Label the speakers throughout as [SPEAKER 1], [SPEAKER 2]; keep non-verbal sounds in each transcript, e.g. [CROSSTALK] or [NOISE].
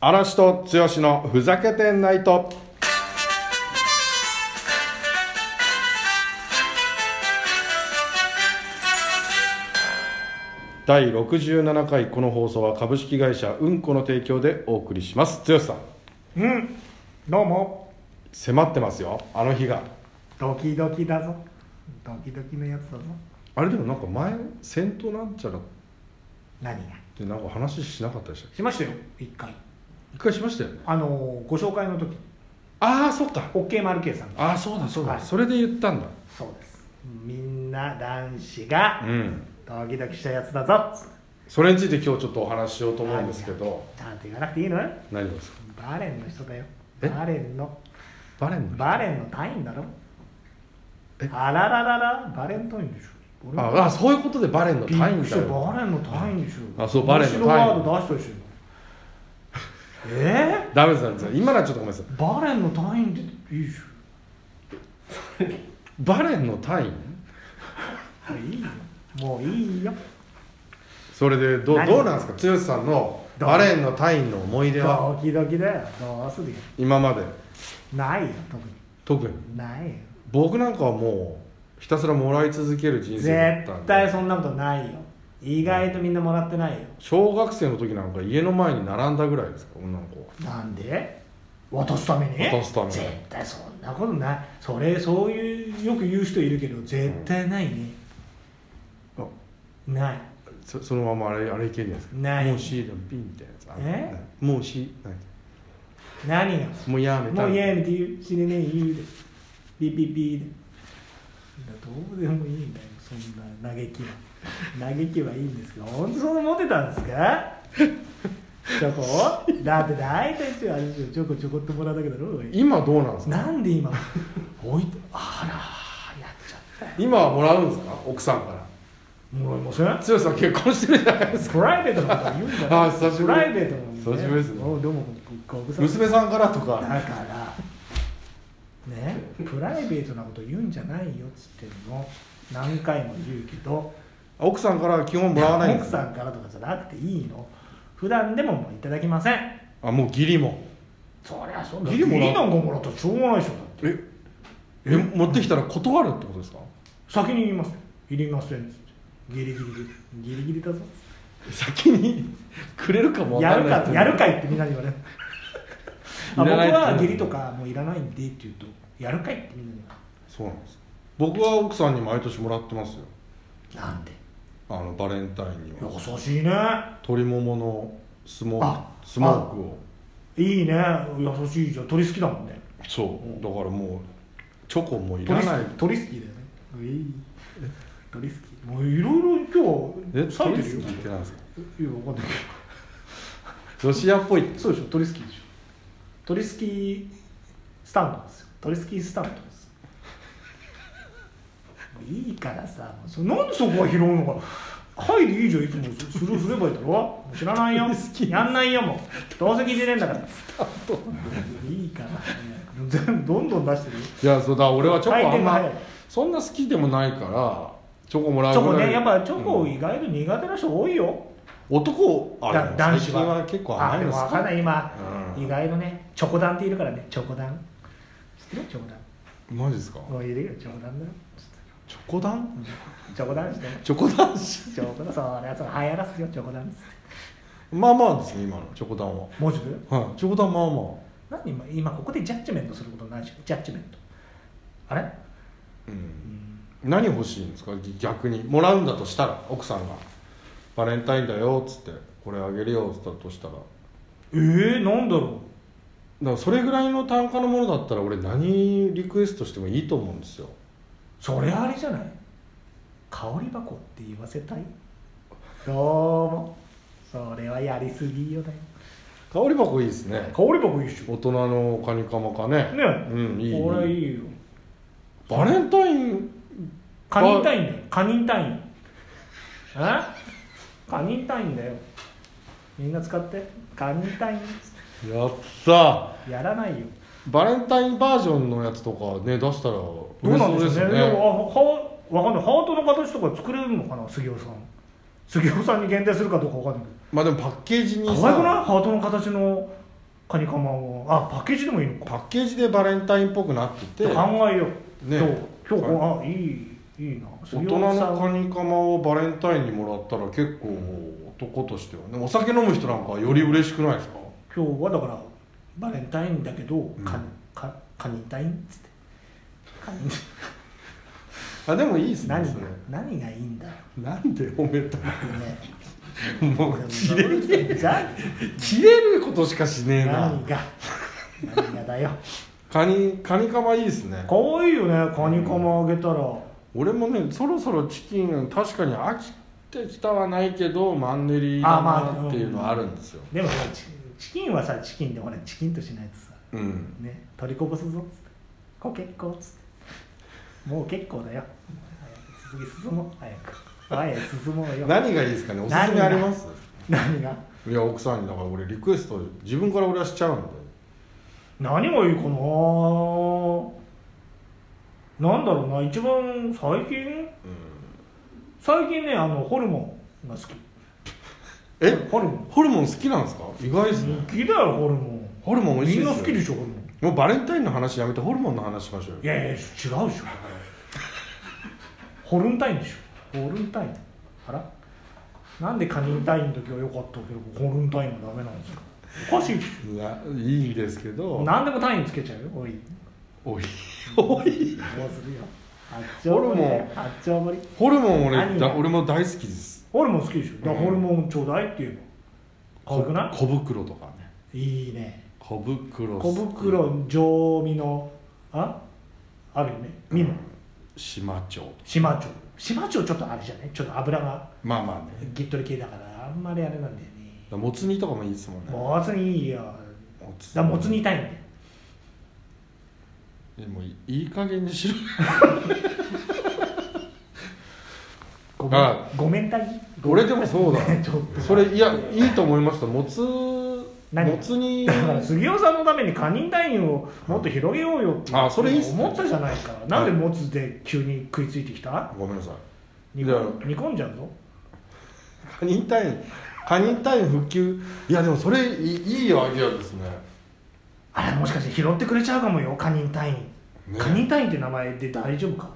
[SPEAKER 1] 嵐と剛のふざけてんないと。第67回この放送は株式会社うんこの提供でお送りします剛さん
[SPEAKER 2] うんどうも
[SPEAKER 1] 迫ってますよあの日が
[SPEAKER 2] ドキドキだぞドキドキのやつだぞ
[SPEAKER 1] あれでもなんか前戦闘なんちゃらっ
[SPEAKER 2] 何が
[SPEAKER 1] てなんか話しなかったでしたっけ
[SPEAKER 2] しましたよ一回
[SPEAKER 1] 一回しましたよね
[SPEAKER 2] あのーご紹介の時
[SPEAKER 1] ああそっか
[SPEAKER 2] OK マルケイさんが
[SPEAKER 1] ああそうだそうだ、
[SPEAKER 2] はい
[SPEAKER 1] それで言ったんだ
[SPEAKER 2] そうですみんな男子が
[SPEAKER 1] うん
[SPEAKER 2] ドキドキしたやつだぞつって
[SPEAKER 1] それについて今日ちょっとお話ししようと思うんですけど
[SPEAKER 2] ちゃんと言わなくていいのよ
[SPEAKER 1] 何ですか
[SPEAKER 2] バーレンの人だよ
[SPEAKER 1] え
[SPEAKER 2] バーレンの
[SPEAKER 1] バレンの
[SPEAKER 2] バーレンの単位だろ
[SPEAKER 1] え
[SPEAKER 2] あららららバレンタインでしょ俺
[SPEAKER 1] ああそういうことでバレンの
[SPEAKER 2] びっ
[SPEAKER 1] 単
[SPEAKER 2] く
[SPEAKER 1] 位
[SPEAKER 2] りし
[SPEAKER 1] だ
[SPEAKER 2] たよ
[SPEAKER 1] よ
[SPEAKER 2] バレンの単位でしょ
[SPEAKER 1] あそうバレンの単位
[SPEAKER 2] 面白ワード出したでしょ今えー
[SPEAKER 1] ダメですダメです今のはちょっとごめんなさい
[SPEAKER 2] バレンの単位でいいじ
[SPEAKER 1] バレンの単位
[SPEAKER 2] ゃんいいよもういいよ
[SPEAKER 1] それでどう
[SPEAKER 2] 何
[SPEAKER 1] どうなんですか剛さんの
[SPEAKER 2] どう
[SPEAKER 1] バレンの単位の思い出は
[SPEAKER 2] ドキドキだよどうするよ
[SPEAKER 1] 今まで
[SPEAKER 2] ないよ特
[SPEAKER 1] 特に
[SPEAKER 2] にないよ
[SPEAKER 1] 僕なんかはもうひたすらもらい続ける人生だった
[SPEAKER 2] 絶
[SPEAKER 1] ん
[SPEAKER 2] 対
[SPEAKER 1] で
[SPEAKER 2] そんなことないよ意外とみんなもらってないよ
[SPEAKER 1] 小学生の時なんか家の前に並んだぐらいですか女の子は
[SPEAKER 2] なんで渡すために
[SPEAKER 1] 渡すために
[SPEAKER 2] 絶対そんなことないそれそういうよく言う人いるけど絶対ないね、ない
[SPEAKER 1] そそのままあれあれいけるんじゃないですか
[SPEAKER 2] ない
[SPEAKER 1] もうしのピンみたいなやつあ
[SPEAKER 2] え
[SPEAKER 1] もうしない
[SPEAKER 2] 何が
[SPEAKER 1] もうやめた
[SPEAKER 2] もう嫌やめて言う死ねねえ言うでピーピーピーでどうでもいいんだよそんな嘆 [LAUGHS] きは嘆きはいいんですけど本当そんなモテたんですか [LAUGHS] チョコだって大体ちょあれでしょチョコちょこっともらうだけだろおい
[SPEAKER 1] 今どうなんですか
[SPEAKER 2] なんで今おいあらやっちゃったよ
[SPEAKER 1] 今はもらうんですか奥さんから
[SPEAKER 2] もらいません
[SPEAKER 1] 剛さん結婚してるじゃないですか
[SPEAKER 2] プライベートのことは言うんだ
[SPEAKER 1] あ久しぶり
[SPEAKER 2] プライベートのこと
[SPEAKER 1] 久しぶりですね
[SPEAKER 2] おうどうもごご無沙汰
[SPEAKER 1] 娘さんからとか
[SPEAKER 2] だからねプライベートなこと言うんじゃないよっつってんの何回も言うけど
[SPEAKER 1] 奥さんから基本もらわないんで
[SPEAKER 2] 奥
[SPEAKER 1] す
[SPEAKER 2] さ
[SPEAKER 1] か
[SPEAKER 2] んからとかじゃなくていいの普段でももういただきません
[SPEAKER 1] あもう義理も
[SPEAKER 2] そりゃそうだ
[SPEAKER 1] 義理もらう
[SPEAKER 2] 義理なんかもらったらしょうがないでしょだって
[SPEAKER 1] ええ持ってきたら断るってことですか
[SPEAKER 2] 先に言いますいりませんっつってギリギリギリギリギリだぞ
[SPEAKER 1] 先にくれるかもわ
[SPEAKER 2] や
[SPEAKER 1] かん
[SPEAKER 2] る
[SPEAKER 1] ない
[SPEAKER 2] かやるかいってみんなに言われるあ
[SPEAKER 1] い [LAUGHS]
[SPEAKER 2] 僕
[SPEAKER 1] らないって
[SPEAKER 2] は義理とかもういらないんでって言うとやるかいってみんなに言わ
[SPEAKER 1] そうなんです僕は奥さんに毎年もらってますよ
[SPEAKER 2] れるなんで
[SPEAKER 1] あのバレンタインには
[SPEAKER 2] 優しいね
[SPEAKER 1] 鶏もものスモー
[SPEAKER 2] あ
[SPEAKER 1] クスモークを
[SPEAKER 2] いいね優しいじゃん鳥好きだもんね
[SPEAKER 1] そうだからもうチョコもいら
[SPEAKER 2] 鳥
[SPEAKER 1] ない
[SPEAKER 2] 好き鳥好きだよねうい鳥好きもういろいろ今
[SPEAKER 1] え
[SPEAKER 2] 日さ
[SPEAKER 1] 鳥
[SPEAKER 2] え
[SPEAKER 1] 好き
[SPEAKER 2] て
[SPEAKER 1] っ
[SPEAKER 2] るよ
[SPEAKER 1] てなんですか
[SPEAKER 2] いやわかんないけ
[SPEAKER 1] ロシアっぽい
[SPEAKER 2] どそうでしょ鳥好きでしょ鳥好きスタンドですよ鳥好きスタンドですいいからさもうそなんでそこは拾うのかはいでいいじゃんいつもスルーすればいいだろもう知らないよやんないよもうどうせ聞いてねえんだからいいから、ね、全部どんどん出してるよ
[SPEAKER 1] いやそうだ俺はチョコあんま
[SPEAKER 2] 回転が早い
[SPEAKER 1] そんな好きでもないからチョコもら
[SPEAKER 2] チ
[SPEAKER 1] う
[SPEAKER 2] ョコ
[SPEAKER 1] ぐらい
[SPEAKER 2] ねやっぱチョコ
[SPEAKER 1] うん
[SPEAKER 2] 意外と苦手な人多いよ、
[SPEAKER 1] 男あ
[SPEAKER 2] だ
[SPEAKER 1] でも
[SPEAKER 2] 男
[SPEAKER 1] 最
[SPEAKER 2] 子
[SPEAKER 1] 近
[SPEAKER 2] は
[SPEAKER 1] は結構甘い
[SPEAKER 2] あで
[SPEAKER 1] の
[SPEAKER 2] も
[SPEAKER 1] 好
[SPEAKER 2] 分
[SPEAKER 1] き
[SPEAKER 2] かんない今、
[SPEAKER 1] うん
[SPEAKER 2] 意外とねチョコ団っているからねチョコ団知ってるチョコ団
[SPEAKER 1] マジですか
[SPEAKER 2] もういるよチョコ団だよ
[SPEAKER 1] チョコ団
[SPEAKER 2] チョコ団して
[SPEAKER 1] チョコ男
[SPEAKER 2] [LAUGHS]
[SPEAKER 1] 子
[SPEAKER 2] チョコ団そりゃそう流行らすよチョコ団っつって
[SPEAKER 1] まあまあですね今のチョコ団は
[SPEAKER 2] もうちょっと
[SPEAKER 1] はいチョコ団まあま
[SPEAKER 2] 何今今ここでジャッジメントすることないでしょジャッジメントあれ
[SPEAKER 1] あうん何欲しいんですかぎ逆にもらうんだとしたら奥さんがバレンタインだよっつってこれあげるよっつったとしたらだか
[SPEAKER 2] えー、なんだろ
[SPEAKER 1] らそれぐらいの単価のものだったら俺何リクエストしてもいいと思うんですよ
[SPEAKER 2] うそれあれじゃない香り箱って言わせたいどうもそれはやりすぎよだよ
[SPEAKER 1] 香り箱いいですね
[SPEAKER 2] 香り箱いいっし
[SPEAKER 1] 大人のカニカマかね
[SPEAKER 2] ね
[SPEAKER 1] うんいい
[SPEAKER 2] これいいよ
[SPEAKER 1] バレンタイン
[SPEAKER 2] カニンタインだよカニンタインえカニンタインだよみんな使ってカニンタイン
[SPEAKER 1] やった
[SPEAKER 2] やらないよ
[SPEAKER 1] バレンタインバージョンのやつとかね出したらど
[SPEAKER 2] どうなんでしょうねいやはわかんないハートの形とか作れるのかな杉尾さん杉尾さんに限定するかどうかわかんないけ
[SPEAKER 1] まあでもパッケージに
[SPEAKER 2] ど可愛くないハートの形のカニカマをあパッケージでもいいのか
[SPEAKER 1] パッケージでバレンタインっぽくなってて
[SPEAKER 2] 考えよう
[SPEAKER 1] ね
[SPEAKER 2] 今日今日こあいいいいな
[SPEAKER 1] 大人の
[SPEAKER 2] 杉尾さ
[SPEAKER 1] カ
[SPEAKER 2] ん
[SPEAKER 1] ニカマをバレンタインにもらったら結構男としてはねお酒飲む人なんかはより嬉しくないですか
[SPEAKER 2] 今日はだからバレンタインだけど、カニ
[SPEAKER 1] うん
[SPEAKER 2] カカニタインっつってカニ
[SPEAKER 1] あでもいいですね
[SPEAKER 2] 何
[SPEAKER 1] そ
[SPEAKER 2] が
[SPEAKER 1] れ
[SPEAKER 2] 何がいいんだよ
[SPEAKER 1] なんで褒めた
[SPEAKER 2] ね
[SPEAKER 1] のもう [LAUGHS] 切れる
[SPEAKER 2] じゃ
[SPEAKER 1] 切れることしかしねえ
[SPEAKER 2] あ
[SPEAKER 1] な
[SPEAKER 2] 何が何がだよ
[SPEAKER 1] カニカニカマいいですね
[SPEAKER 2] 可愛いよねカニカマあげたら、
[SPEAKER 1] 俺もねそろそろチキン確かに飽きてきたはないけどマンネリだ
[SPEAKER 2] あまあ
[SPEAKER 1] なっていうのはあるんですよ、
[SPEAKER 2] でもさチチキンはさチキンでほらチキンとしないとさ
[SPEAKER 1] うん、
[SPEAKER 2] ね取りこぼすぞっつってこ結構っつってもう結構だよ早く次進もう早く早く進もうよ
[SPEAKER 1] 何がいいですかねおすすめあります
[SPEAKER 2] 何が
[SPEAKER 1] いや奥さんにだから俺リクエスト自分から俺はしちゃうんで
[SPEAKER 2] 何がいいかななんだろうな一番最近最近ねあのホルモンが好き
[SPEAKER 1] え
[SPEAKER 2] ホルモン
[SPEAKER 1] ホルモン好きなんですか意外ですね、
[SPEAKER 2] 好きだよホルモン
[SPEAKER 1] ホルモン美味しい
[SPEAKER 2] みん
[SPEAKER 1] です
[SPEAKER 2] な
[SPEAKER 1] よ
[SPEAKER 2] 好きでしょホルモン
[SPEAKER 1] もうバレンタインの話やめてホルモンの話しましょうよ
[SPEAKER 2] いやいや違うでしょホルンタインでしょホルンタインあらなんでカニンタインの時は良かったけどホルンタインはダメなんですかおかしいでし
[SPEAKER 1] いやいいんですけ
[SPEAKER 2] ょ
[SPEAKER 1] ど
[SPEAKER 2] 何でもタインつけちゃうよおい
[SPEAKER 1] おいおい
[SPEAKER 2] どうするよ八丁堀
[SPEAKER 1] ホル
[SPEAKER 2] ね
[SPEAKER 1] モン
[SPEAKER 2] 八丁堀
[SPEAKER 1] ホルモン俺
[SPEAKER 2] 何
[SPEAKER 1] だ俺も大好きです
[SPEAKER 2] ホルモン好きでしょだから
[SPEAKER 1] うん
[SPEAKER 2] ホルモンちょうだいって言えば可愛くな
[SPEAKER 1] 小袋とかね
[SPEAKER 2] いいいね
[SPEAKER 1] 小袋
[SPEAKER 2] 小袋上身のああるよね身も
[SPEAKER 1] 島町
[SPEAKER 2] 島町島町ちょっとあれじゃないちょっと油が
[SPEAKER 1] まあまあね
[SPEAKER 2] ギットリ系だからあんまりあれなんだよね
[SPEAKER 1] もつ煮とかもいいですもんね
[SPEAKER 2] もつにいいよ
[SPEAKER 1] もつ
[SPEAKER 2] だからもつ煮たいんだよ
[SPEAKER 1] でもいい加減にしろ
[SPEAKER 2] ごめん
[SPEAKER 1] あ
[SPEAKER 2] ごめんたぎ
[SPEAKER 1] 俺でもそうだ
[SPEAKER 2] [LAUGHS] ちょっと
[SPEAKER 1] それいやいいと思いましたもつ
[SPEAKER 2] 何
[SPEAKER 1] もつ煮
[SPEAKER 2] だから杉尾さんのためにカニンダインをもっと広げようよって
[SPEAKER 1] あそれいいっすね
[SPEAKER 2] 思ったじゃないかなんでもつで急に食いついてきた
[SPEAKER 1] ごめんなさい
[SPEAKER 2] 煮
[SPEAKER 1] いや
[SPEAKER 2] 込ん煮込んじゃうぞ
[SPEAKER 1] カニ単位カニ単位復旧いやでもそれいいいいアイデアですね
[SPEAKER 2] あれもしかして拾ってくれちゃうかもよカニン隊員、
[SPEAKER 1] ね
[SPEAKER 2] カニン隊員って名前で大丈夫か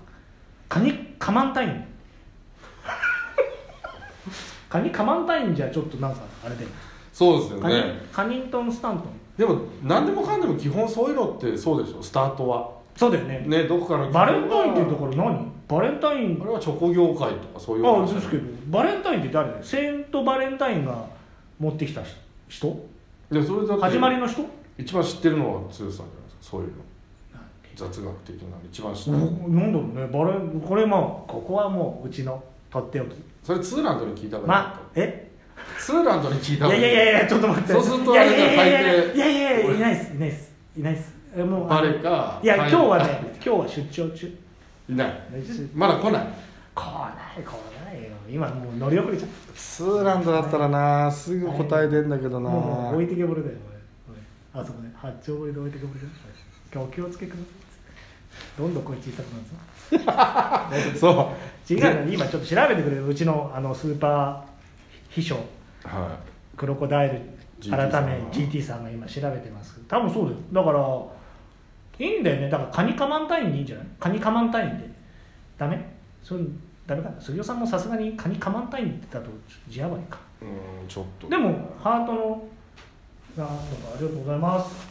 [SPEAKER 2] カニカマン隊員カニカマン隊員じゃちょっとなんかあれで、
[SPEAKER 1] そうですよ
[SPEAKER 2] カニ
[SPEAKER 1] ね
[SPEAKER 2] カニントンスタントン
[SPEAKER 1] でも何でもかんでも基本そういうのってそうでしょスタートは
[SPEAKER 2] そうだよね
[SPEAKER 1] ねどこから
[SPEAKER 2] バレンタインっていうと
[SPEAKER 1] こ
[SPEAKER 2] ころ何バレンタイン
[SPEAKER 1] あれはチョコ業界とかそういう
[SPEAKER 2] あ
[SPEAKER 1] 話
[SPEAKER 2] ですけどバレンタインって誰だよセントバレンタインが持ってきた人
[SPEAKER 1] いやそれだって
[SPEAKER 2] 始まりの人
[SPEAKER 1] 一番知ってるのは剛さんじゃないですかそういうの雑学的なの一番知ってる、
[SPEAKER 2] なんだろうねバレンこれもうここはもううちのとっておき
[SPEAKER 1] それツーランドに聞いた方がいい
[SPEAKER 2] まえ
[SPEAKER 1] ツーランドに聞い
[SPEAKER 2] い
[SPEAKER 1] た方
[SPEAKER 2] や
[SPEAKER 1] が
[SPEAKER 2] いやいやいやちょっと待って
[SPEAKER 1] そうするとあれじゃん
[SPEAKER 2] いやいやいや
[SPEAKER 1] 大抵
[SPEAKER 2] いやいやいやいないですいないですいないですえもうあの
[SPEAKER 1] 誰か
[SPEAKER 2] いや今日は
[SPEAKER 1] [LAUGHS] はい
[SPEAKER 2] ね今日は出張中
[SPEAKER 1] いない
[SPEAKER 2] 来ない
[SPEAKER 1] まだ来ない
[SPEAKER 2] 来ないよ今もう乗り遅れちゃっ
[SPEAKER 1] ツーランドだったらなすぐ答え出んだけど
[SPEAKER 2] た
[SPEAKER 1] な、
[SPEAKER 2] もう置いてけぼれだよ俺俺あそこね八丁堀で置いてけぼれだよ今日お気をつけくださいどんどん声小さくなるぞ
[SPEAKER 1] そ
[SPEAKER 2] 違うの今ちょっと調べてくれるうちのあのスーパー秘書
[SPEAKER 1] うは
[SPEAKER 2] クロコダイル
[SPEAKER 1] GT
[SPEAKER 2] 改め
[SPEAKER 1] さんが
[SPEAKER 2] GT さんが今調べてますけど多分そうだよだからいいんだよねだからカニカマンタインでいいんじゃないカニカマンタインでダメそれダメかな杉尾さんもさすがにカニカマンタインってだと字余りか
[SPEAKER 1] いうんちょっと
[SPEAKER 2] でもハートのあなんかありがとうございます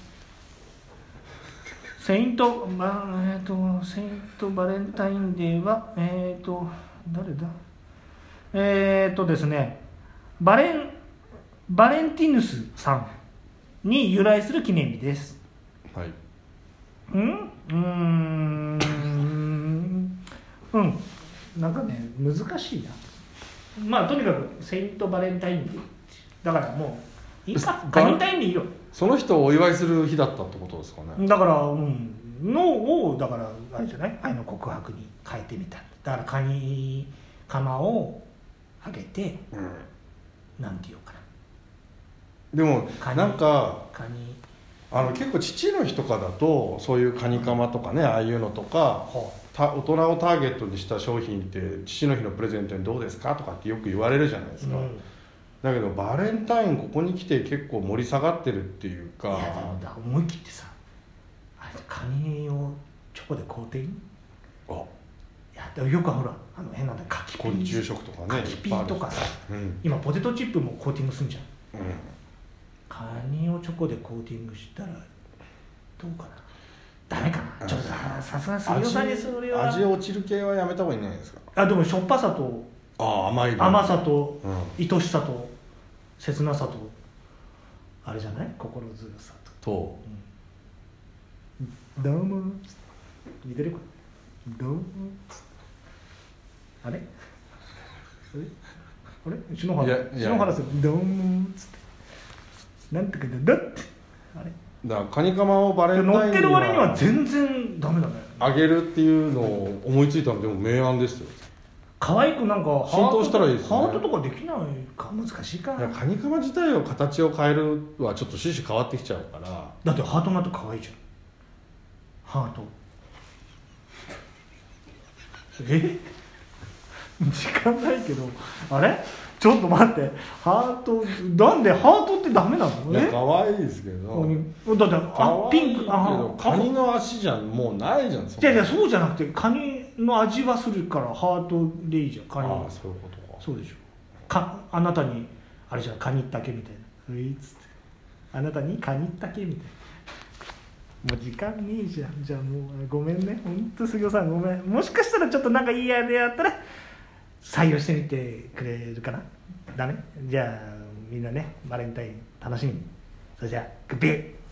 [SPEAKER 2] セイント、まあ、えっ、と、セイントバレンタインデーは、えっ、と、誰だえっ、とですね、バレン、バレンティヌスさんに由来する記念日です。
[SPEAKER 1] はい
[SPEAKER 2] うんうーん。うん。なんかね、難しいな。まあ、とにかく、セイントバレンタインデー。だからもう、いいか、バレンタインでいいよ。
[SPEAKER 1] その人をお祝いする日だったってことですかね
[SPEAKER 2] だから、うん、のをだからあれじゃない愛の告白に変えてみただからカニカマをあげて
[SPEAKER 1] うん
[SPEAKER 2] なんて言おうか
[SPEAKER 1] で
[SPEAKER 2] な
[SPEAKER 1] も
[SPEAKER 2] カニ
[SPEAKER 1] なんか
[SPEAKER 2] カニ
[SPEAKER 1] あの結構父の日とかだとそういうカニカマとかねああいうのとか
[SPEAKER 2] ほ
[SPEAKER 1] た大人をターゲットにした商品って父の日のプレゼントにどうですかとかってよく言われるじゃないで
[SPEAKER 2] う、
[SPEAKER 1] す
[SPEAKER 2] う
[SPEAKER 1] か、
[SPEAKER 2] ん、
[SPEAKER 1] だけどバレンタインここに来て結構盛り下がってるっていう
[SPEAKER 2] い
[SPEAKER 1] か
[SPEAKER 2] やでもだ思い切ってさあれ髪をチョコでコーティング
[SPEAKER 1] あ
[SPEAKER 2] いやでもよくほらあの変なんだよ柿ピ
[SPEAKER 1] 昆
[SPEAKER 2] ー
[SPEAKER 1] 虫食とかね
[SPEAKER 2] 柿
[SPEAKER 1] い
[SPEAKER 2] ピ
[SPEAKER 1] っぱいあ
[SPEAKER 2] ー
[SPEAKER 1] る
[SPEAKER 2] とかさ
[SPEAKER 1] うん、
[SPEAKER 2] 今ポテトチップもコーティングすんじゃん
[SPEAKER 1] うん、
[SPEAKER 2] カニをチョコでコーティングしたらどうかなダメかなちょっとささすがに杉尾さんにそれは
[SPEAKER 1] 味落ちる系はやめた方がいいんじゃないですか
[SPEAKER 2] あでもしょっぱさと
[SPEAKER 1] ああ甘い分
[SPEAKER 2] 甘さと
[SPEAKER 1] うん
[SPEAKER 2] 愛しさと切なさとあれじゃない心強さと
[SPEAKER 1] と
[SPEAKER 2] 「どうも」似てるこれどうも」あれあれあれ篠
[SPEAKER 1] いや
[SPEAKER 2] 原
[SPEAKER 1] いや
[SPEAKER 2] 篠原さん「どうも」っつって「なんてかだだって」あれ
[SPEAKER 1] だからカニカマをバレンタ
[SPEAKER 2] 乗
[SPEAKER 1] イ
[SPEAKER 2] っ
[SPEAKER 1] ン
[SPEAKER 2] てる割には
[SPEAKER 1] は
[SPEAKER 2] 全然ダメだね
[SPEAKER 1] あげるっていうのを思いついたのでも明暗ですよ
[SPEAKER 2] 可愛くなんかハー
[SPEAKER 1] 浸透
[SPEAKER 2] ト
[SPEAKER 1] したらいいですね
[SPEAKER 2] ハートとかできないか難しいか
[SPEAKER 1] だからカニカマ自体を形を変えるはちょっと趣旨変わってきちゃうから
[SPEAKER 2] だってハートになって可愛いじゃんハートえ [LAUGHS] 時間ないけどあれちょっと待ってハートなんでハートってダメなの
[SPEAKER 1] いや
[SPEAKER 2] ね
[SPEAKER 1] 可愛いですけど
[SPEAKER 2] だって
[SPEAKER 1] 可
[SPEAKER 2] あ
[SPEAKER 1] 愛
[SPEAKER 2] ピ
[SPEAKER 1] い
[SPEAKER 2] ン
[SPEAKER 1] け
[SPEAKER 2] ク
[SPEAKER 1] ど
[SPEAKER 2] あ
[SPEAKER 1] カニの足じゃもうないじゃんそん
[SPEAKER 2] じ
[SPEAKER 1] な
[SPEAKER 2] ゃじゃそうじゃなくてカニの味はするからハートでいいじゃんカニ
[SPEAKER 1] ああそういうことか
[SPEAKER 2] そうでしょかあなたにあれじゃんカニったけみたいな「うい」っつって「あなたにカニったけ」みたいなもう時間ねえじゃんじゃあもうごめんねほんと杉尾さんごめんもしかしたらちょっとなんかいいアイデアあったら採用してみてくれるかなダメじゃあみんなねバレンタイン楽しみにそれじゃあグッビー